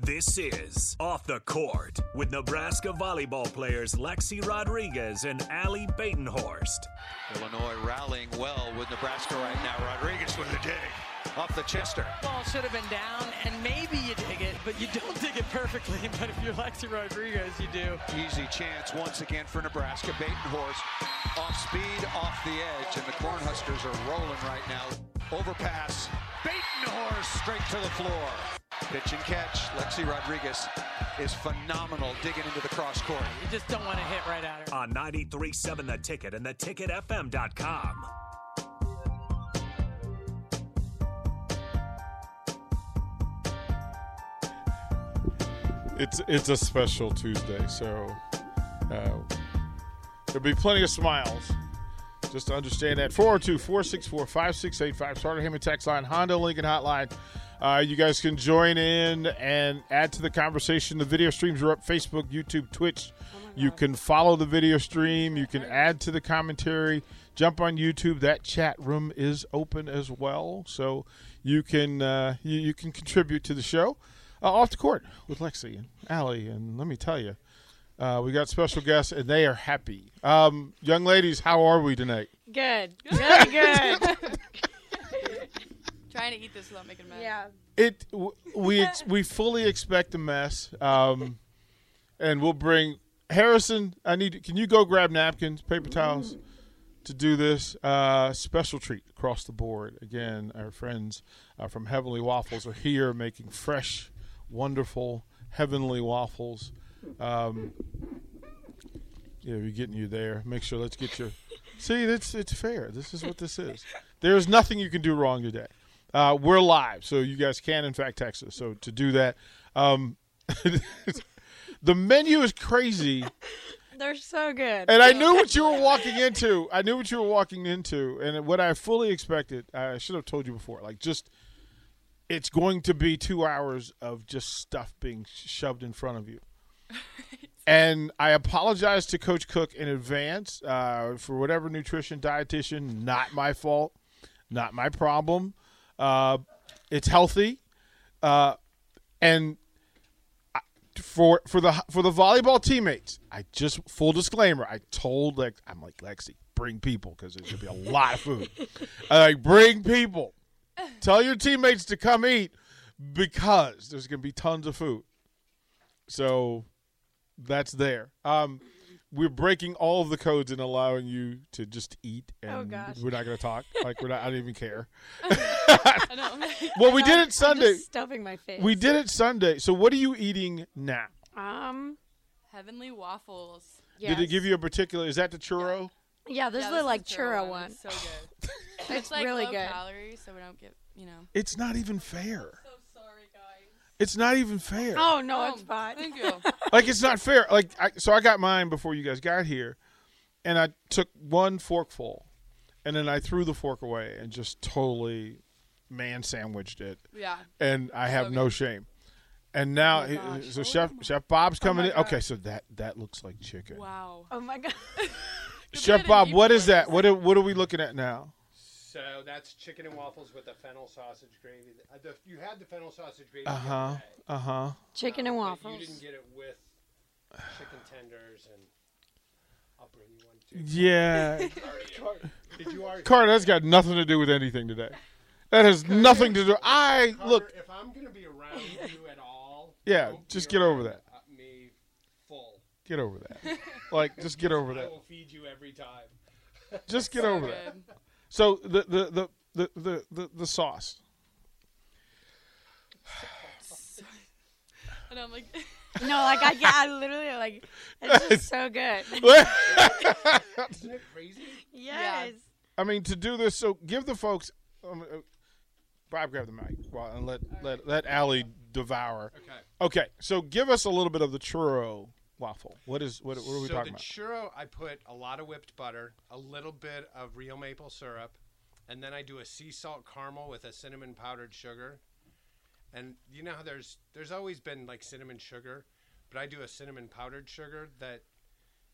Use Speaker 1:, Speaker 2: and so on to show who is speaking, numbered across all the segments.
Speaker 1: This is Off the Court with Nebraska volleyball players Lexi Rodriguez and Allie Batenhorst.
Speaker 2: Illinois rallying well with Nebraska right now. Rodriguez with the dig off the Chester.
Speaker 3: Ball should have been down, and maybe you dig it, but you don't dig it perfectly. But if you're Lexi Rodriguez, you do.
Speaker 2: Easy chance once again for Nebraska. Batenhorst off speed, off the edge, and the Cornhuskers are rolling right now. Overpass. Batenhorst straight to the floor. Pitch and catch. Lexi Rodriguez is phenomenal digging into the cross court.
Speaker 3: You just don't want to hit right at her.
Speaker 1: On 937 The Ticket and theticketfm.com.
Speaker 4: It's it's a special Tuesday, so uh, there'll be plenty of smiles. Just to understand that 402 464 5685 Starter Hammond Tax Line Honda Lincoln Hotline. Uh, you guys can join in and add to the conversation. The video streams are up Facebook, YouTube, Twitch. you can follow the video stream. You can add to the commentary. Jump on YouTube. That chat room is open as well, so you can uh, you, you can contribute to the show. Uh, off the court with Lexi and Allie, and let me tell you, uh, we got special guests, and they are happy. Um, young ladies, how are we tonight?
Speaker 5: Good. Really good.
Speaker 6: Trying to eat this without making a mess.
Speaker 5: yeah.
Speaker 4: It w- we ex- we fully expect a mess, um, and we'll bring Harrison. I need. Can you go grab napkins, paper towels, to do this uh, special treat across the board? Again, our friends uh, from Heavenly Waffles are here making fresh, wonderful Heavenly Waffles. Um, yeah, we're getting you there. Make sure. Let's get your. See, that's it's fair. This is what this is. There's nothing you can do wrong today. Uh, we're live, so you guys can in fact text us. So to do that, um, the menu is crazy,
Speaker 5: They're so good.
Speaker 4: and I knew what you were walking into. I knew what you were walking into, and what I fully expected. I should have told you before. Like just, it's going to be two hours of just stuff being shoved in front of you. And I apologize to Coach Cook in advance uh, for whatever nutrition dietitian. Not my fault. Not my problem. Uh, it's healthy, uh, and I, for for the for the volleyball teammates, I just full disclaimer. I told like I'm like Lexi, bring people because there's gonna be a lot of food. I like bring people. Tell your teammates to come eat because there's gonna be tons of food. So that's there. Um, we're breaking all of the codes and allowing you to just eat, and
Speaker 5: Oh, gosh.
Speaker 4: we're not going to talk. Like we're not. I don't even care.
Speaker 6: I know.
Speaker 4: Well, we did
Speaker 5: I'm
Speaker 4: it Sunday.
Speaker 5: Just stuffing my face.
Speaker 4: We did it Sunday. So what are you eating now?
Speaker 5: Um.
Speaker 6: Heavenly waffles.
Speaker 5: Yes.
Speaker 4: Did it give you a particular? Is that the churro?
Speaker 5: Yeah, this
Speaker 6: Yeah,
Speaker 5: is the like
Speaker 6: is
Speaker 5: churro one.
Speaker 6: It's so good.
Speaker 5: It's,
Speaker 6: it's like
Speaker 5: really
Speaker 6: low
Speaker 5: good.
Speaker 6: calorie, so we don't get you know.
Speaker 4: It's not even fair.
Speaker 6: So Oh, sorry, guys.
Speaker 4: It's not even fair.
Speaker 5: Oh no, it's fine.
Speaker 6: Thank you.
Speaker 4: Like it's not fair. Like I, so, I got mine before you guys got here, and I took one forkful, and then I threw the fork away and just totally man sandwiched it.
Speaker 6: yeah.
Speaker 4: and I have no shame. And
Speaker 5: Oh
Speaker 4: now, so Chef Chef Bob's coming in. Okay, so that that looks like chicken.
Speaker 6: Wow.
Speaker 5: Oh my god.
Speaker 4: Chef
Speaker 6: Completely
Speaker 4: Bob, what is
Speaker 6: different.
Speaker 4: that? What are, what are we looking at now?
Speaker 7: So that's chicken and waffles with a fennel sausage gravy. Uh, the- you had the fennel sausage gravy.
Speaker 4: Uh
Speaker 7: the
Speaker 4: huh.
Speaker 7: other day,
Speaker 4: Uh huh.
Speaker 5: Chicken and
Speaker 7: but
Speaker 5: waffles.
Speaker 7: You didn't get it with chicken tenders and. I'll bring you one too.
Speaker 4: Yeah,
Speaker 7: Carter, Did you already?
Speaker 4: Carter, that's got nothing to do with anything today. That has nothing to do. I
Speaker 7: Carter,
Speaker 4: look.
Speaker 7: If I'm gonna be around you at all.
Speaker 4: Yeah,
Speaker 7: don't
Speaker 4: just
Speaker 7: be
Speaker 4: get over
Speaker 7: around, uh, Me, full.
Speaker 4: Get over that. Like, just get over
Speaker 7: I
Speaker 4: that.
Speaker 7: will feed you every time.
Speaker 4: Just get over that.
Speaker 6: Good.
Speaker 4: So the the the the the, the, the sauce.
Speaker 6: And I'm like,
Speaker 5: No, like I, yeah, I literally like. It's just so good.
Speaker 7: Isn't it crazy?
Speaker 5: Yes.
Speaker 4: I mean, to do this, so give the folks. Um, uh, Bob, grab the mic well, and let let let Allie devour.
Speaker 7: Okay.
Speaker 4: Okay, so give us a little bit of the churro waffle. What is what, what are we
Speaker 7: so
Speaker 4: talking
Speaker 7: the
Speaker 4: about?
Speaker 7: churro, I put a lot of whipped butter, a little bit of real maple syrup, and then I do a sea salt caramel with a cinnamon powdered sugar. And you know how there's there's always been like cinnamon sugar, but I do a cinnamon powdered sugar that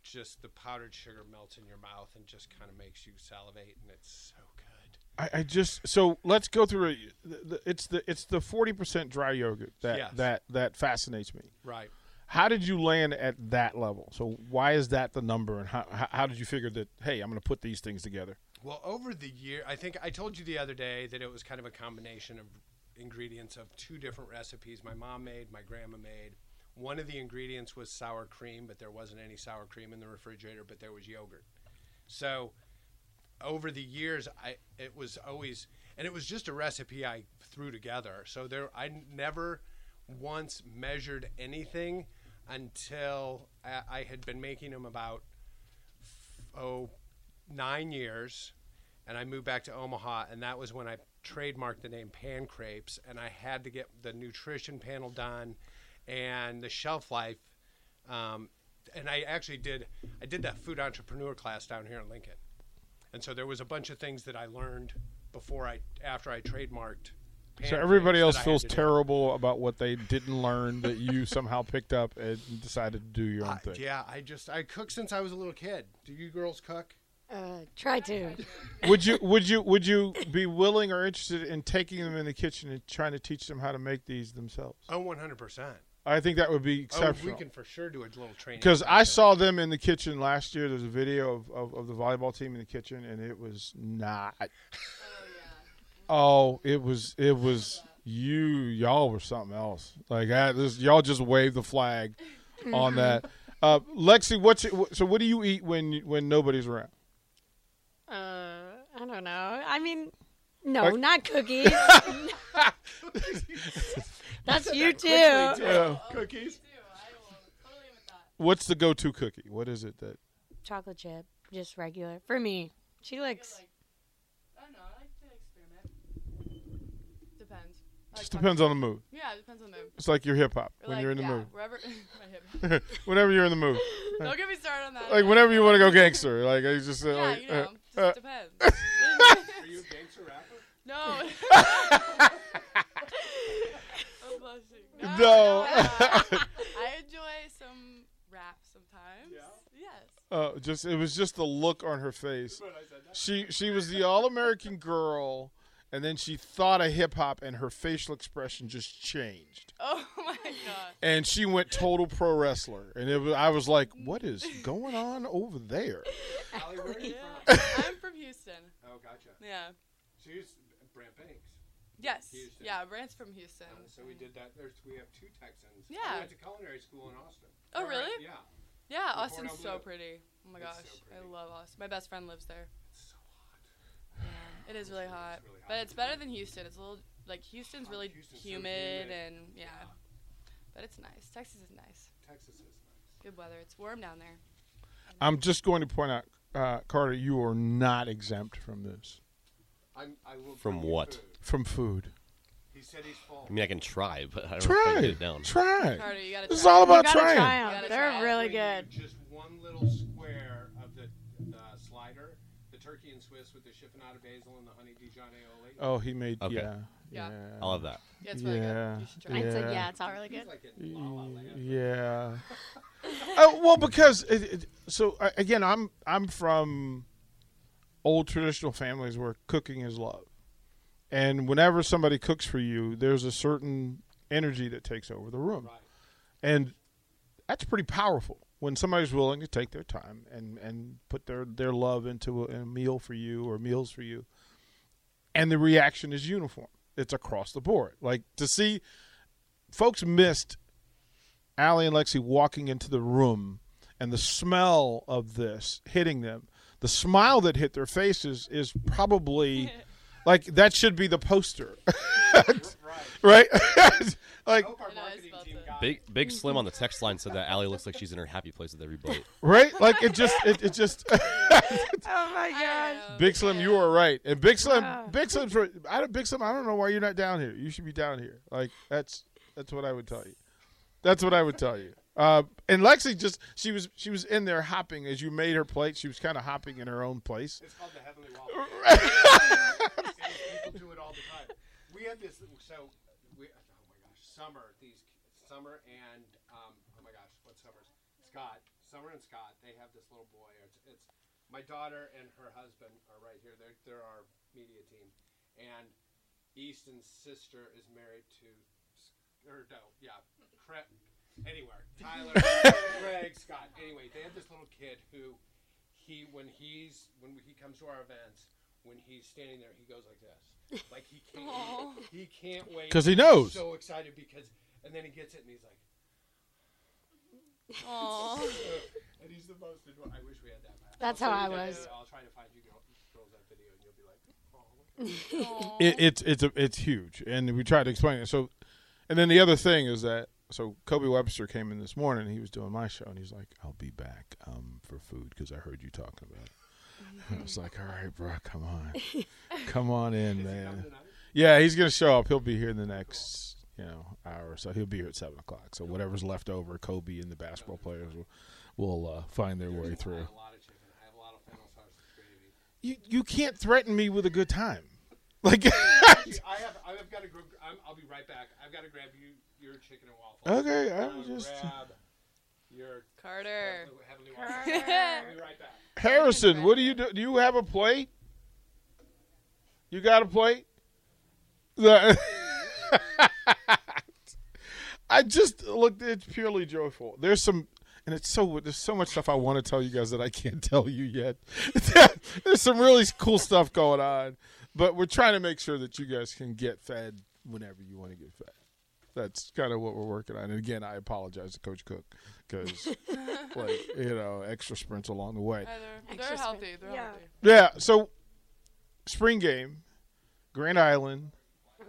Speaker 7: just the powdered sugar melts in your mouth and just kind of makes you salivate, and it's so good.
Speaker 4: I, I just so let's go through it. The- the- It's the it's the forty percent dry yogurt that
Speaker 7: Yes.
Speaker 4: that that fascinates me.
Speaker 7: Right.
Speaker 4: How did you land at that level? So why is that the number, and how how, how did you figure that? Hey, I'm going to put these things together.
Speaker 7: Well, over the year, I think I told you the other day that it was kind of a combination of ingredients of two different recipes my mom made, my grandma made. One of the ingredients was sour cream, but there wasn't any sour cream in the refrigerator, but there was yogurt. So over the years, I it was always and it was just a recipe I threw together. So there, I never once measured anything until I, I had been making them about oh nine years, and I moved back to Omaha, and that was when I trademarked the name Pan Crepes, and I had to get the nutrition panel done, and the shelf life, um, and I actually did I did that food entrepreneur class down here in Lincoln, and so there was a bunch of things that I learned before I after I trademarked. Pan
Speaker 4: So everybody else
Speaker 7: Crepes that I had
Speaker 4: feels
Speaker 7: to do.
Speaker 4: terrible about what they didn't learn that you somehow picked up and decided to do your own
Speaker 7: I-
Speaker 4: thing.
Speaker 7: yeah, I just I cook since I was a little kid. Do you girls cook?
Speaker 5: Uh, try to.
Speaker 4: Would you would you would you be willing or interested in taking them in the kitchen and trying to teach them how to make these themselves?
Speaker 7: Oh, 100%.
Speaker 4: I think that would be
Speaker 7: Oh, we
Speaker 4: exceptional.
Speaker 7: can for sure do a little training.
Speaker 4: Because I
Speaker 7: session.
Speaker 4: saw them in the kitchen last year. There's a video of, of, of the volleyball team in the kitchen, and it was not. Oh, it was it was you y'all were something else. Like I, this, y'all just waved the flag
Speaker 6: Mm-hmm.
Speaker 4: on that. Uh, Lexi, what's it, so? What do you eat when when nobody's around?
Speaker 5: Uh, I don't know. I mean, no,
Speaker 4: Like-
Speaker 5: not cookies. That's you too.
Speaker 7: cookies.
Speaker 6: do. I will totally with that.
Speaker 4: What's the go-to cookie? What is it that?
Speaker 5: Chocolate chip, just regular for me. She likes.
Speaker 6: like- I don't know. I like to experiment. Depends. I like
Speaker 4: Just
Speaker 6: talking-
Speaker 4: depends on the mood.
Speaker 6: Yeah, it depends on the mood.
Speaker 4: It's like your hip hop
Speaker 6: Or
Speaker 4: when
Speaker 6: like,
Speaker 4: you're in the
Speaker 6: yeah,
Speaker 4: mood.
Speaker 6: Wherever, my hip.
Speaker 4: whenever you're in the mood,
Speaker 6: Don't get me started on that.
Speaker 4: like whenever you want to go gangster. Like I just uh,
Speaker 6: Yeah,
Speaker 4: like,
Speaker 6: you know,
Speaker 4: uh,
Speaker 6: just
Speaker 4: uh,
Speaker 6: depends.
Speaker 7: Are you a gangster rapper?
Speaker 6: no. oh,
Speaker 4: uh,
Speaker 6: bless you.
Speaker 4: No.
Speaker 6: No. no. I enjoy some rap sometimes. Yes.
Speaker 4: uh, just it was just the look on her face. She she was the all American girl, and then she thought of hip hop, and her facial expression just changed,
Speaker 6: Oh my god.
Speaker 4: and she went total pro wrestler. And it was, I was like, what is going on over there?
Speaker 7: Allie, where are you
Speaker 6: Yeah. I'm from Houston.
Speaker 7: from? Oh, gotcha.
Speaker 6: Yeah.
Speaker 7: So you're s- Brant Banks.
Speaker 6: Yes.
Speaker 7: Houston.
Speaker 6: Yeah, Brant's from Houston.
Speaker 7: Uh, so we did that. There's, we have two Texans.
Speaker 6: Oh, Yeah.
Speaker 7: I went to culinary school in Austin.
Speaker 6: Oh,
Speaker 7: Or, uh,
Speaker 6: really?
Speaker 7: Yeah.
Speaker 6: Yeah,
Speaker 7: Before
Speaker 6: Austin's
Speaker 7: Malibu.
Speaker 6: so pretty. Oh my
Speaker 7: It's
Speaker 6: gosh,
Speaker 7: so pretty.
Speaker 6: I love Austin. My best friend lives there.
Speaker 7: It's so hot.
Speaker 6: It is really hot,
Speaker 7: really hot.
Speaker 6: but it's better than Houston. It's a little like Houston's really
Speaker 7: Houston's so humid.
Speaker 6: humid and yeah, but it's nice. Texas is nice.
Speaker 7: Texas is nice.
Speaker 6: Good weather. It's warm down there.
Speaker 4: I'm just going to point out, uh, Carter, you are not exempt from this,
Speaker 7: I'm, I will
Speaker 8: From
Speaker 7: bring you
Speaker 8: what?
Speaker 7: food.
Speaker 4: from food.
Speaker 7: He said he's full.
Speaker 8: I mean, I can try, but I don't know if I can
Speaker 4: Try,
Speaker 8: get it down.
Speaker 4: try.
Speaker 6: Carter, you gotta.
Speaker 4: This is
Speaker 6: try.
Speaker 4: all
Speaker 5: You
Speaker 4: about
Speaker 5: gotta
Speaker 4: trying.
Speaker 5: try
Speaker 6: You
Speaker 5: them.
Speaker 6: gotta
Speaker 5: They're
Speaker 6: try 'em.
Speaker 5: really
Speaker 7: Bring you
Speaker 5: good.
Speaker 7: Just one little square of the, the slider, the turkey and Swiss with the chiffonata basil and the honey Dijon aioli.
Speaker 4: Oh, he made
Speaker 8: Okay.
Speaker 4: yeah,
Speaker 6: Yeah.
Speaker 8: I'll have that.
Speaker 6: Yeah, it's really
Speaker 4: Yeah.
Speaker 6: good. You should try.
Speaker 4: Yeah.
Speaker 6: it.
Speaker 5: It's like, yeah, it's all really
Speaker 7: He's
Speaker 5: good.
Speaker 7: like
Speaker 8: Mm.
Speaker 7: in La La Land.
Speaker 4: Yeah. oh, well, because it, it, so uh, again, I'm I'm from old traditional families where cooking is love, and whenever somebody cooks for you, there's a certain energy that takes over the room,
Speaker 7: Right.
Speaker 4: and that's pretty powerful when somebody's willing to take their time and and put their their love into a, a meal for you or meals for you, and the reaction is uniform. It's across the board. Like to see folks missed Allie and Lexi walking into the room and the smell of this hitting them, the smile that hit their faces is probably like that should be the poster,
Speaker 7: Right.
Speaker 4: right? like,
Speaker 7: Hope our
Speaker 6: I know, I
Speaker 7: marketing
Speaker 6: spelled
Speaker 7: team
Speaker 6: it.
Speaker 7: got
Speaker 8: Big Big Slim on the text line said that Allie looks like she's in her happy place with every bite.
Speaker 4: right? Like it just, it, it just.
Speaker 5: Oh my
Speaker 6: I
Speaker 5: god.
Speaker 6: don't know.
Speaker 4: Big Slim, you are right, and Big Slim,
Speaker 5: Wow.
Speaker 4: Big Slim, I don't, Big Slim, I don't know why you're not down here. You should be down here. Like that's that's what I would tell you. That's what I would tell you. Uh, and Lexi just she was she was in there hopping as you made her plate. She was kind of hopping in her own place.
Speaker 7: It's called the Heavenly Waffle. And people do it all the time. We had this, so we, oh my gosh, summer. These summer and um, oh my gosh, what summers? Scott, summer and Scott. They have this little boy. It's, it's my daughter and her husband are right here. They're, they're our media team. And Easton's sister is married to, S- or no, yeah, Cra- anywhere. Tyler, Greg, Scott. Anyway, they have this little kid who he when he's when he comes to our events when he's standing there he goes like this like he can't he can't wait
Speaker 4: 'Cause he knows.
Speaker 7: He's so excited because and then he gets it and he's like
Speaker 5: Aw.
Speaker 7: and he's the most adorable. I wish we had that back.
Speaker 9: That's how I was.
Speaker 7: I'll try to find you girl- girls that video and you'll be like oh
Speaker 4: it, it's it's a, it's huge, and we tried to explain it. So, and then the other thing is that so Kobe Webster came in this morning. He was doing my show, and he's like, "I'll be back um, for food because I heard you talking about it." And I was like, "All right, bro, come on, come on in, man." Yeah, he's gonna show up. He'll be here in the next you know hour or so. He'll be here at seven o'clock. So whatever's left over, Kobe and the basketball players will will uh, find their way
Speaker 7: I
Speaker 4: through.
Speaker 7: have a lot of chicken I have a lot of fennel sauce gravy
Speaker 4: You you can't threaten me with a good time, like.
Speaker 7: Gee, I have I've got to go I'm, I'll be right back I've got to grab you your chicken and waffles
Speaker 4: okay, I
Speaker 7: I'll
Speaker 4: was just.
Speaker 7: grab your oh,
Speaker 5: Carter.
Speaker 7: heavenly waffles I'll be right back
Speaker 4: Harrison, what do you do? Do you have a plate? You got a plate? The- I just look. It's purely joyful. There's some, and it's so. There's so much stuff I want to tell you guys that I can't tell you yet. there's some really cool stuff going on, but we're trying to make sure that you guys can get fed whenever you want to get fed. That's kind of what we're working on. And again, I apologize to Coach Cook because, like, you know, extra sprints along the way.
Speaker 6: they're,
Speaker 5: Extra spin.
Speaker 6: healthy. They're
Speaker 5: Yeah.
Speaker 6: healthy.
Speaker 4: Yeah. So, spring game, Grand Island.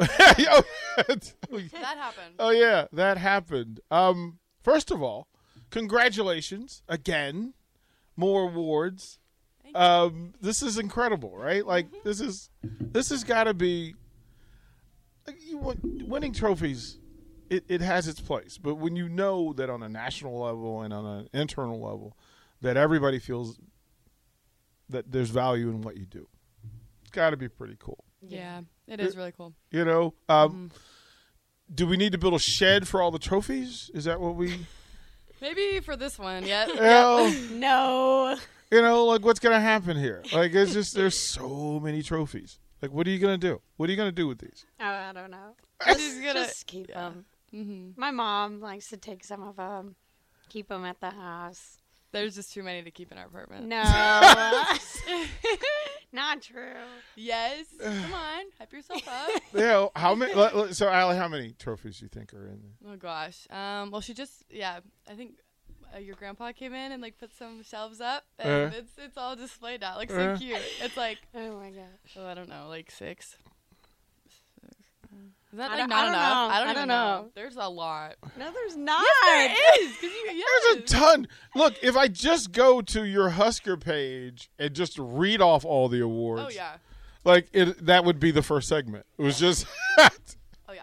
Speaker 5: Oh yeah.
Speaker 4: oh,
Speaker 6: That happened.
Speaker 4: oh, yeah, that happened. Um, first of all, congratulations again, more awards. Um, this is incredible, right? Like this is this has got to be. like, You win- winning trophies, it, it has its place, but when you know that on a national level and on an internal level, that everybody feels that there's value in what you do, it's got to be pretty cool.
Speaker 6: Yeah, it is really cool.
Speaker 4: You know, um, do we need to build a shed for all the trophies? Is that what we?
Speaker 6: Maybe for this one, yeah.
Speaker 4: Well,
Speaker 5: No.
Speaker 9: Oh,
Speaker 4: you know, like what's gonna happen here? Like it's just there's so many trophies. Like what are you gonna do? What are you gonna do with these?
Speaker 9: Oh, I don't know.
Speaker 5: Just, gonna,
Speaker 9: Just keep them. My mom likes to take some of them, keep them at the house.
Speaker 6: There's just too many to keep in our apartment.
Speaker 9: No, not true.
Speaker 6: Yes. Come on, hype yourself up.
Speaker 4: You know, how many? let- let- so, Ali, how many trophies do you think are in there?
Speaker 6: oh gosh. Um. Well, she just yeah. I think uh, your grandpa came in and like put some shelves up, and
Speaker 4: Uh.
Speaker 6: it's it's all displayed out. Like
Speaker 4: Uh.
Speaker 6: so cute. It's like
Speaker 9: Oh my gosh.
Speaker 6: oh, I don't know, like six. Is that
Speaker 9: I
Speaker 6: like
Speaker 9: don't-
Speaker 6: not
Speaker 9: I don't
Speaker 6: enough?
Speaker 9: know.
Speaker 6: I don't,
Speaker 9: I
Speaker 6: even
Speaker 9: don't
Speaker 6: know.
Speaker 9: know.
Speaker 6: There's a lot.
Speaker 9: No, there's not.
Speaker 6: Is 'cause you, yes.
Speaker 4: There's a ton. Look, if I just go to your Husker page and just read off all the awards,
Speaker 6: oh yeah.
Speaker 4: like it, that would be the first segment. It was just.
Speaker 6: Oh yeah.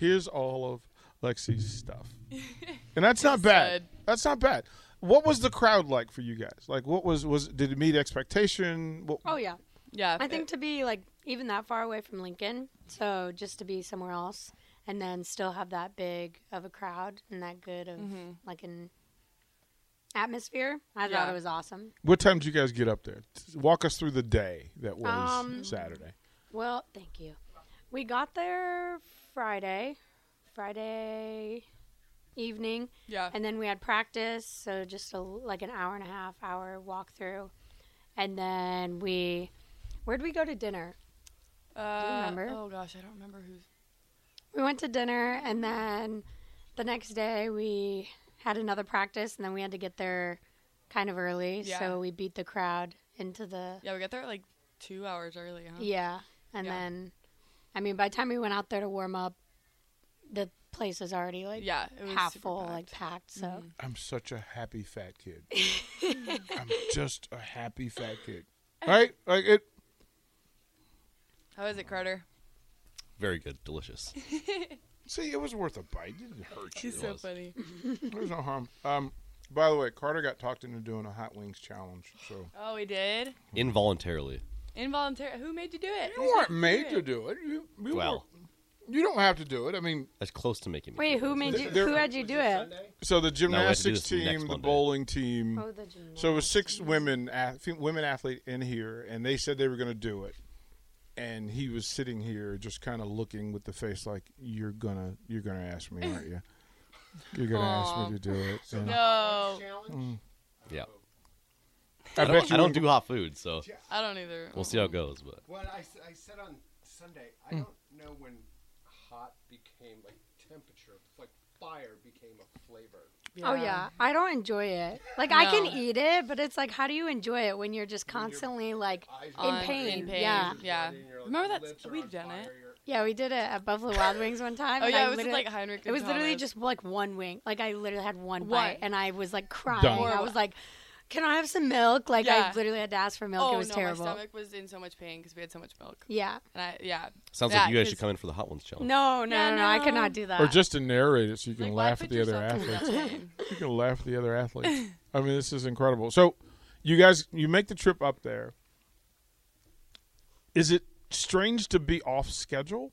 Speaker 4: here's all of Lexi's stuff. And that's not bad. That's not bad. What was the crowd like for you guys? Like what was was did it meet expectation? What,
Speaker 9: Oh yeah.
Speaker 6: Yeah.
Speaker 9: I think to be like even that far away from Lincoln, so just to be somewhere else and then still have that big of a crowd and that good of
Speaker 4: Mm-hmm.
Speaker 9: like an atmosphere, I thought
Speaker 6: Yeah.
Speaker 9: it was awesome.
Speaker 4: what time did you guys get up there? Walk us through the day that was
Speaker 9: Um,
Speaker 4: Saturday.
Speaker 9: Well, thank you. We got there Friday, Friday evening,
Speaker 6: yeah.
Speaker 9: and then we had practice, so just a, like an hour and a half hour walkthrough, and then we where'd we go to dinner?
Speaker 6: Uh,
Speaker 9: remember?
Speaker 6: Oh gosh, I don't remember who's.
Speaker 9: We went to dinner, and then the next day we had another practice, and then we had to get there kind of early,
Speaker 6: Yeah.
Speaker 9: so we beat the crowd into the
Speaker 6: Yeah, we got there like two hours early. Huh?
Speaker 9: yeah. And
Speaker 6: Yeah.
Speaker 9: then, I mean, by the time we went out there to warm up, the place was already like
Speaker 6: Yeah, it was
Speaker 9: half
Speaker 6: super
Speaker 9: full,
Speaker 6: packed. Mm-hmm.
Speaker 9: like packed. So
Speaker 4: I'm such a happy fat kid. I'm just a happy fat kid. Right? Like it
Speaker 6: How is it, Carter?
Speaker 8: Very good, delicious.
Speaker 4: see, it was worth a bite. It didn't hurt you.
Speaker 6: He's so funny.
Speaker 4: There's no harm. Um by the way, Carter got talked into doing a hot wings challenge, so
Speaker 6: Oh, we did.
Speaker 8: Involuntarily.
Speaker 6: Involuntary. Who made you do it?
Speaker 4: you weren't made to do it. You, you
Speaker 8: Well,
Speaker 4: weren't- You don't have to do it. I mean,
Speaker 8: That's close to making me.
Speaker 9: Wait,
Speaker 8: feel
Speaker 9: who
Speaker 8: good.
Speaker 9: made
Speaker 4: Th-
Speaker 9: you?
Speaker 4: there-
Speaker 9: Who had you do it?
Speaker 4: so the
Speaker 8: we have to do
Speaker 4: gymnastics
Speaker 8: this next
Speaker 4: team, the
Speaker 8: Monday.
Speaker 4: bowling team.
Speaker 9: Oh, the gymnastics.
Speaker 4: So it was six women, ath- women athlete in here, and they said they were going to do it. And he was sitting here, just kind of looking with the face like, "You're gonna, you're gonna ask me, aren't you? You're gonna ask me to do it." And
Speaker 6: No, Mm.
Speaker 8: Yeah.
Speaker 4: I
Speaker 8: I
Speaker 4: bet you
Speaker 8: don't, I don't
Speaker 4: wouldn't-
Speaker 8: do hot food, so
Speaker 6: I don't either.
Speaker 8: we'll see how it goes. But
Speaker 7: Well, I, s- I said on Sunday, I
Speaker 6: Mm.
Speaker 7: don't know when hot became like temperature, like fire became a flavor.
Speaker 9: Oh yeah, I don't enjoy it. Like I can
Speaker 6: No.
Speaker 9: eat it, but it's like, how do you enjoy it when you're just constantly like in
Speaker 6: On-
Speaker 9: pain?
Speaker 6: in pain.
Speaker 9: Yeah,
Speaker 6: yeah.
Speaker 7: And you're like,
Speaker 6: Remember
Speaker 7: your
Speaker 6: that
Speaker 7: lips are
Speaker 6: we've
Speaker 7: on
Speaker 6: done it.
Speaker 7: fire, you're-
Speaker 9: yeah. We did it at Buffalo Wild Wings one time.
Speaker 6: Oh
Speaker 9: and
Speaker 6: yeah,
Speaker 9: I
Speaker 6: it was with,
Speaker 9: literally-
Speaker 6: like Heinrich.
Speaker 9: It was
Speaker 6: and
Speaker 9: literally
Speaker 6: Thomas.
Speaker 9: just like one wing. Like I literally had one
Speaker 6: One.
Speaker 9: bite, and I was like crying.
Speaker 4: Done.
Speaker 9: I was like, "Can I have some milk?" Like
Speaker 6: Yeah.
Speaker 9: I literally had to ask for milk.
Speaker 6: Oh
Speaker 9: it was
Speaker 6: no,
Speaker 9: terrible.
Speaker 6: my stomach was in so much pain because we had so much milk.
Speaker 9: Yeah.
Speaker 6: And I, yeah.
Speaker 8: sounds
Speaker 6: Yeah,
Speaker 8: like you guys
Speaker 6: 'cause-
Speaker 8: should come in for the hot ones challenge.
Speaker 9: No, no,
Speaker 6: Yeah,
Speaker 9: no, no, I could
Speaker 6: no.
Speaker 9: not do that.
Speaker 4: or just to narrate it, so you can
Speaker 6: Like, why
Speaker 4: laugh at
Speaker 6: put
Speaker 4: the other
Speaker 6: yourself in that
Speaker 4: athletes.
Speaker 6: pain?
Speaker 4: you can laugh at the other athletes. I mean, this is incredible. So, you guys, you make the trip up there. Is it strange to be off schedule?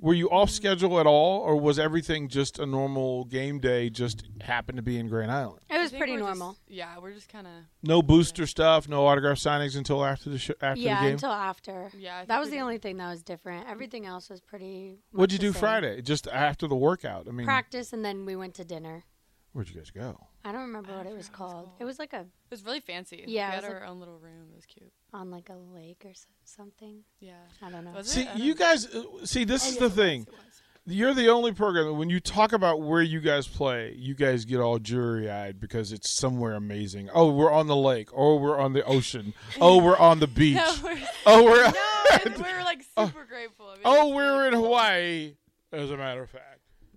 Speaker 4: Were you
Speaker 9: Mm-hmm.
Speaker 4: off schedule at all, or was everything just a normal game day? Just happened to be in Grand Island.
Speaker 9: it
Speaker 6: I
Speaker 9: was
Speaker 6: think
Speaker 9: pretty
Speaker 6: we're just-
Speaker 9: normal.
Speaker 6: yeah, we're just kind of.
Speaker 4: No booster stuff, no autograph signings until after the sh- after
Speaker 9: Yeah,
Speaker 4: the game.
Speaker 9: until after.
Speaker 6: Yeah, I think
Speaker 9: that was
Speaker 6: we
Speaker 9: the
Speaker 6: did-
Speaker 9: only thing that was different. Everything else was pretty.
Speaker 4: What'd you
Speaker 9: much the
Speaker 4: do
Speaker 9: same.
Speaker 4: Friday? Just after the workout. I mean,
Speaker 9: Practice, and then we went to dinner.
Speaker 4: where'd you guys go?
Speaker 9: I don't remember what it was called. It was like a
Speaker 6: It was really fancy.
Speaker 9: Yeah,
Speaker 6: We
Speaker 9: it
Speaker 6: had
Speaker 9: was
Speaker 6: our own little room. It was cute.
Speaker 9: on like a lake or so- something.
Speaker 6: Yeah.
Speaker 9: I don't know.
Speaker 6: Was
Speaker 4: See,
Speaker 6: it? I
Speaker 4: you
Speaker 6: don't-
Speaker 4: guys. uh, See, this is the thing.
Speaker 6: It was.
Speaker 4: You're the only program that when you talk about where you guys play, you guys get all jury eyed because it's somewhere amazing. Oh, we're on the lake. Oh, we're on the ocean. Oh, we're on the beach.
Speaker 6: No, we're,
Speaker 4: Oh, we're
Speaker 6: no, and we were like super grateful. I mean,
Speaker 4: oh,
Speaker 6: it's
Speaker 4: we're
Speaker 6: really
Speaker 4: in
Speaker 6: cool.
Speaker 4: Hawaii. As a matter of fact.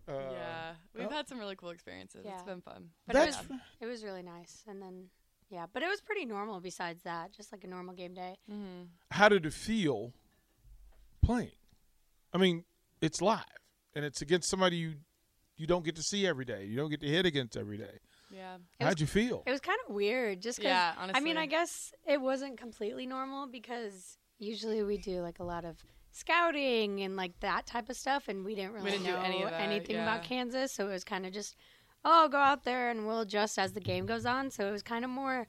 Speaker 4: Uh,
Speaker 6: Yeah, we've
Speaker 4: oh.
Speaker 6: had some really cool experiences.
Speaker 9: Yeah.
Speaker 6: It's been fun.
Speaker 9: But it
Speaker 4: That's
Speaker 9: was it was really nice, and then yeah, but it was pretty normal. Besides that, just like a normal game day.
Speaker 4: how did it feel playing? I mean, it's live and it's against somebody you you don't get to see every day. You don't get to hit against every day.
Speaker 6: Yeah.
Speaker 4: How'd you feel?
Speaker 9: It was kind of weird, just 'cause-
Speaker 6: Yeah,
Speaker 9: I mean,
Speaker 6: honestly.
Speaker 9: I guess it wasn't completely normal because usually we do like a lot of scouting and like that type of stuff, and we didn't really
Speaker 6: didn't do
Speaker 9: know
Speaker 6: any of that,
Speaker 9: anything about
Speaker 6: yeah.
Speaker 9: Kansas, so it was kind of just oh, go out there and we'll adjust as the game goes on. So it was kind of more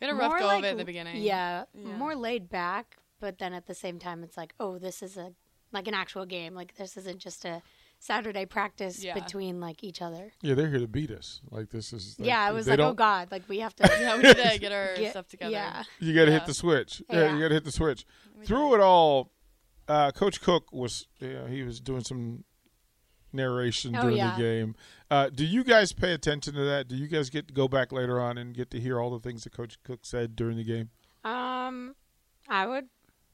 Speaker 6: We had a rough
Speaker 9: more
Speaker 6: go
Speaker 9: like,
Speaker 6: of it in the beginning.
Speaker 9: Yeah,
Speaker 6: Yeah.
Speaker 9: more laid back, but then at the same time, it's like, oh, this is a like an actual game. Like this isn't just a Saturday practice
Speaker 6: Yeah.
Speaker 9: between like each other.
Speaker 4: Yeah, they're here to beat us. Like this is like,
Speaker 9: yeah, it was
Speaker 4: they
Speaker 9: like, oh
Speaker 4: don't-
Speaker 9: god, like we have to
Speaker 6: Yeah, we need to get our
Speaker 9: get-
Speaker 6: stuff together.
Speaker 9: Yeah.
Speaker 4: You got to hit
Speaker 6: Yeah.
Speaker 4: the switch. Yeah,
Speaker 9: Yeah.
Speaker 4: you got to hit the switch. Through it all, uh, Coach Cook was you know, he was doing some narration
Speaker 9: Oh,
Speaker 4: during
Speaker 9: yeah.
Speaker 4: the game. Uh, do you guys pay attention to that? Do you guys get to go back later on and get to hear all the things that Coach Cook said during the game?
Speaker 9: Um, I would.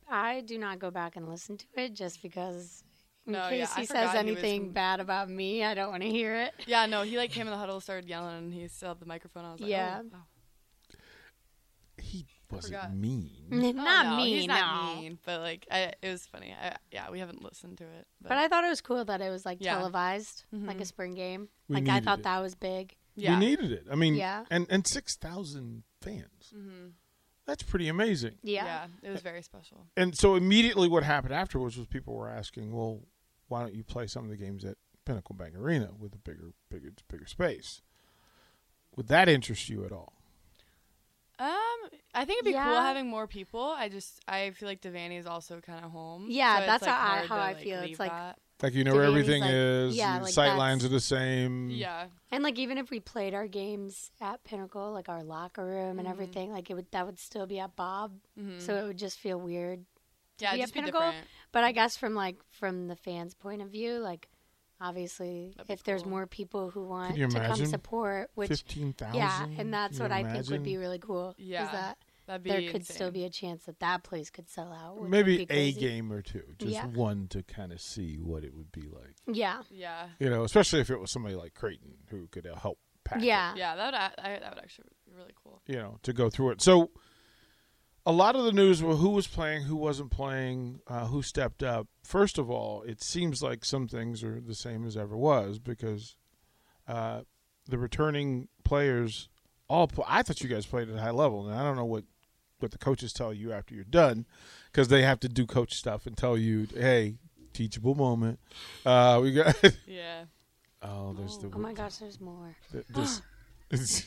Speaker 9: I do not go back and listen to it just because in
Speaker 6: No, yeah,
Speaker 9: case
Speaker 6: I
Speaker 9: he
Speaker 6: forgot
Speaker 9: says
Speaker 6: he was-
Speaker 9: anything bad about me, I don't want to hear it.
Speaker 6: Yeah, no, he like came in the huddle, started yelling, and he still had the microphone. I was like,
Speaker 9: Yeah.
Speaker 6: oh, wow.
Speaker 4: He
Speaker 6: forgot.
Speaker 4: wasn't mean.
Speaker 9: not
Speaker 6: Oh, no,
Speaker 9: me,
Speaker 6: He's not
Speaker 9: no.
Speaker 6: mean, but like, I, it was funny. I, yeah, we haven't listened to it, but,
Speaker 9: But I thought it was cool that it was like
Speaker 6: Yeah.
Speaker 9: televised, like a spring game.
Speaker 4: Mm-hmm. We
Speaker 9: like I
Speaker 4: needed
Speaker 9: thought
Speaker 4: it.
Speaker 9: that was big.
Speaker 6: yeah,
Speaker 4: We needed it. I mean,
Speaker 9: Yeah. Mm-hmm.
Speaker 4: and and six thousand fans. That's pretty amazing.
Speaker 9: Yeah.
Speaker 6: yeah, it was very special.
Speaker 4: And so immediately, what happened afterwards was people were asking, "Well, why don't you play some of the games at Pinnacle Bank Arena with a bigger, bigger, bigger space?" Would that interest you at all?
Speaker 6: Um, I think it'd be cool
Speaker 9: Yeah.
Speaker 6: having more people. I just, I feel like Devaney is also kind of home.
Speaker 9: Yeah,
Speaker 6: so it's,
Speaker 9: that's
Speaker 6: like,
Speaker 9: how I-
Speaker 6: hard
Speaker 9: how
Speaker 6: to,
Speaker 9: I
Speaker 6: like,
Speaker 9: feel. It's
Speaker 6: leave
Speaker 9: like-
Speaker 6: that.
Speaker 4: Like you know where
Speaker 9: Devaney's
Speaker 4: everything
Speaker 9: like-
Speaker 4: is,
Speaker 9: yeah,
Speaker 4: the
Speaker 9: like
Speaker 4: sight
Speaker 9: that's-
Speaker 4: lines are the same.
Speaker 6: yeah,
Speaker 9: And like even if we played our games at Pinnacle, like our locker room
Speaker 6: Mm-hmm.
Speaker 9: and everything, like it would that would still be at Bob. So it would just feel weird
Speaker 6: yeah,
Speaker 9: be
Speaker 6: it'd
Speaker 9: at
Speaker 6: just be
Speaker 9: Pinnacle,
Speaker 6: different.
Speaker 9: But I guess from like from the fans' point of view, like obviously
Speaker 6: That'd be
Speaker 9: if there's
Speaker 6: cool.
Speaker 9: more people who want
Speaker 4: you
Speaker 9: to come
Speaker 4: imagine?
Speaker 9: support, which
Speaker 4: fifteen thousand.
Speaker 9: yeah, and that's what I think would be really cool.
Speaker 6: Yeah,
Speaker 9: is that
Speaker 6: That'd be
Speaker 9: there could still
Speaker 6: insane.
Speaker 9: be a chance that that place could sell out. which would
Speaker 4: maybe
Speaker 9: be
Speaker 4: a
Speaker 9: crazy.
Speaker 4: game or two, just
Speaker 9: Yeah.
Speaker 4: one to kind of see what it would be like.
Speaker 9: Yeah,
Speaker 6: Yeah,
Speaker 4: You know, especially if it was somebody like Creighton who could uh, help. Pack it.
Speaker 9: yeah,
Speaker 6: yeah, that would, I, that would actually be really cool.
Speaker 4: you know to go through it. So a lot of the news were who was playing, who wasn't playing, uh, who stepped up. First of all, it seems like some things are the same as ever was because uh, the returning players all. Pl- I thought you guys played at a high level, and I don't know what what the coaches tell you after you're done because they have to do coach stuff and tell you, hey, teachable moment. Uh, we got
Speaker 6: Yeah.
Speaker 4: oh, there's the
Speaker 9: Oh my gosh, there's more.
Speaker 4: th- this. it's-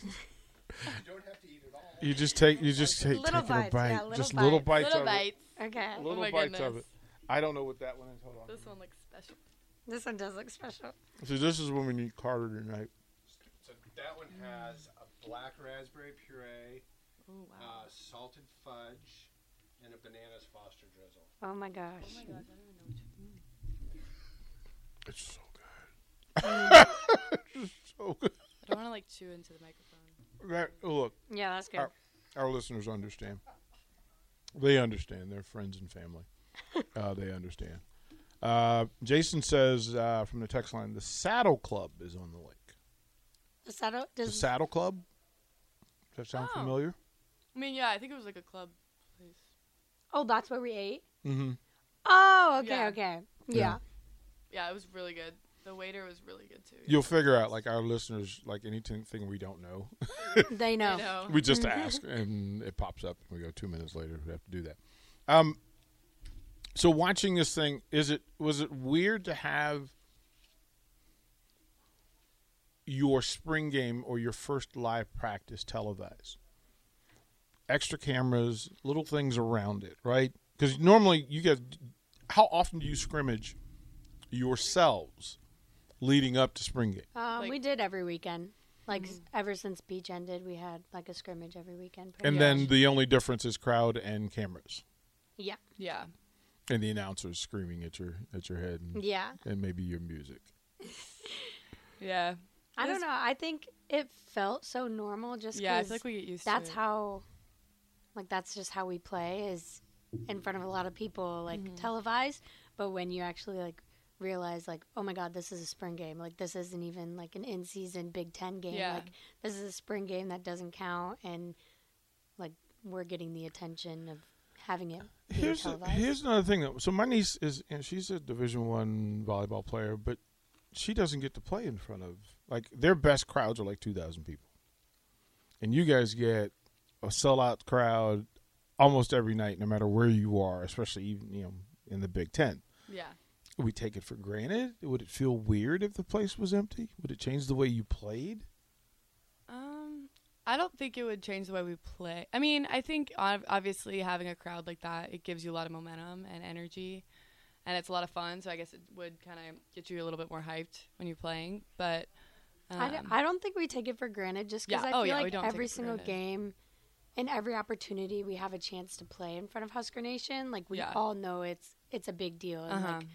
Speaker 4: you just take you just take
Speaker 5: Little
Speaker 4: taking a
Speaker 5: bites,
Speaker 4: bite,
Speaker 5: yeah, little
Speaker 4: just little
Speaker 5: bites.
Speaker 4: bites
Speaker 6: Little
Speaker 4: of
Speaker 6: bites.
Speaker 9: Okay.
Speaker 4: it, little
Speaker 6: Oh my
Speaker 4: bites of it.
Speaker 6: goodness.
Speaker 4: I don't know what that one is. Hold on.
Speaker 6: This one looks special.
Speaker 9: This one does look special.
Speaker 4: So this is when we need Carter tonight.
Speaker 7: So that one has a black raspberry puree,
Speaker 6: Oh wow.
Speaker 7: uh, salted fudge, and a bananas foster drizzle.
Speaker 9: Oh my gosh.
Speaker 4: It's so good. so good.
Speaker 6: I don't want to like chew into the microphone.
Speaker 4: That, look,
Speaker 9: Yeah, that's good.
Speaker 4: Our- our listeners understand. They understand. They're friends and family. Uh, they understand. Uh, Jason says uh, from the text line, the Saddle Club is on the lake.
Speaker 9: Is that a,
Speaker 4: The
Speaker 9: does,
Speaker 4: Saddle Club. Does that sound
Speaker 6: Oh.
Speaker 4: familiar?
Speaker 6: I mean, yeah, I think it was like a club place.
Speaker 9: oh, that's what we ate?
Speaker 4: Mm-hmm.
Speaker 9: Oh, okay,
Speaker 6: Yeah.
Speaker 9: okay. Yeah.
Speaker 4: Yeah.
Speaker 6: Yeah, it was really good. The waiter was really good too.
Speaker 4: You'll figure out, like our listeners, like anything thing we don't know,
Speaker 9: They know.
Speaker 6: I know.
Speaker 4: we just ask and it pops up. and We go two minutes later. We have to do that. Um, so watching this thing, is it was it weird to have your spring game or your first live practice televised? Extra cameras, little things around it, right? Because normally you guys, how often do you scrimmage yourselves leading up to spring game?
Speaker 9: Um,
Speaker 6: Like- Mm-hmm.
Speaker 9: we did every weekend. Like s ever since beach ended, we had like a scrimmage every weekend. pretty
Speaker 4: And
Speaker 9: much.
Speaker 4: then the only difference is crowd and cameras.
Speaker 9: yeah,
Speaker 6: Yeah.
Speaker 4: and the announcers screaming at your at your head and,
Speaker 9: yeah.
Speaker 4: and maybe your music
Speaker 6: Yeah.
Speaker 9: I don't
Speaker 6: This-
Speaker 9: know. I think it felt so normal just
Speaker 6: Yeah, I
Speaker 9: 'cause
Speaker 6: feel like we get used
Speaker 9: that's
Speaker 6: to it.
Speaker 9: how, like that's just how we play is in front of a lot of people, like
Speaker 6: Mm-hmm.
Speaker 9: televised. But when you actually like realize, like, oh my God, this is a spring game. Like this isn't even like an in-season Big Ten game.
Speaker 6: Yeah.
Speaker 9: Like this is a spring game that doesn't count, and like we're getting the attention of having it. be
Speaker 4: here's a,
Speaker 9: televised.
Speaker 4: here's another thing though so my niece is and she's a division one volleyball player but she doesn't get to play in front of like their best crowds are like 2000 people and you guys get a sellout crowd almost every night no matter where you are especially even you know in the big 10
Speaker 6: Yeah.
Speaker 4: we take it for granted would it feel weird if the place was empty would it change the way you played
Speaker 6: Um, I don't think it would change the way we play. I mean, I think ob- obviously having a crowd like that it gives you a lot of momentum and energy, and it's a lot of fun. So I guess it would kind of get you a little bit more hyped when you're playing. But um,
Speaker 9: I don't, I don't think we take it for granted just because
Speaker 6: Yeah.
Speaker 9: I
Speaker 6: Oh,
Speaker 9: feel
Speaker 6: yeah, we
Speaker 9: like
Speaker 6: don't take
Speaker 9: every
Speaker 6: it for
Speaker 9: single
Speaker 6: granted.
Speaker 9: game and every opportunity we have a chance to play in front of Husker Nation, like we
Speaker 6: Yeah.
Speaker 9: all know it's it's a big deal. And
Speaker 6: uh-huh.
Speaker 9: like,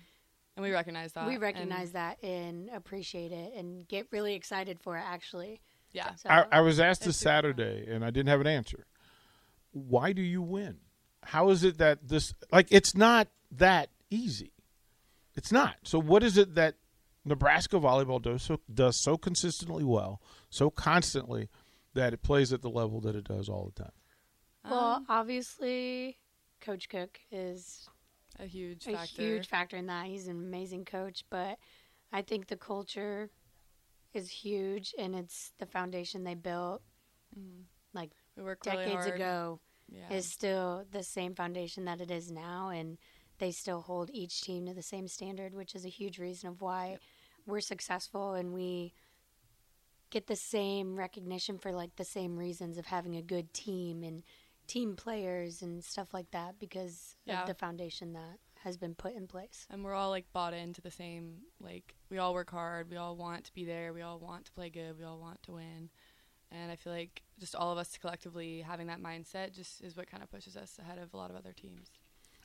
Speaker 6: and we recognize that.
Speaker 9: we
Speaker 6: and-
Speaker 9: recognize that and appreciate it and get really excited for it actually.
Speaker 6: yeah.
Speaker 9: So
Speaker 4: I, I was asked this
Speaker 6: That's super fun.
Speaker 4: Saturday and I didn't have an answer. Why do you win? How is it that this like it's not that easy? It's not. So what is it that Nebraska volleyball does so does so consistently well, so constantly that it plays at the level that it does all the time?
Speaker 6: Um,
Speaker 9: well, obviously Coach Cook is
Speaker 6: A huge
Speaker 9: a
Speaker 6: factor.
Speaker 9: huge factor in that. He's an amazing coach, but I think the culture is huge and it's the foundation they built
Speaker 6: Mm.
Speaker 9: like
Speaker 6: we work really
Speaker 9: decades
Speaker 6: hard.
Speaker 9: ago.
Speaker 6: Yeah.
Speaker 9: is still the same foundation that it is now and they still hold each team to the same standard which is a huge reason of why we're successful and we get the same recognition for like the same reasons of having a good team and team players and stuff like that because
Speaker 6: Yeah.
Speaker 9: of the foundation that has been put in place
Speaker 6: and we're all like bought into the same like we all work hard we all want to be there we all want to play good we all want to win and i feel like just all of us collectively having that mindset just is what kind of pushes us ahead of a lot of other teams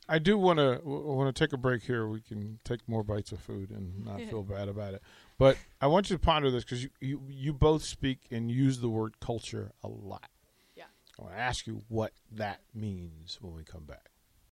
Speaker 4: I do want to want to take a break here. We can take more bites of food and not feel bad about it. But I want you to ponder this because you, you you both speak and use the word culture a lot.
Speaker 6: Yeah.
Speaker 4: I want to ask you what that means when we come back.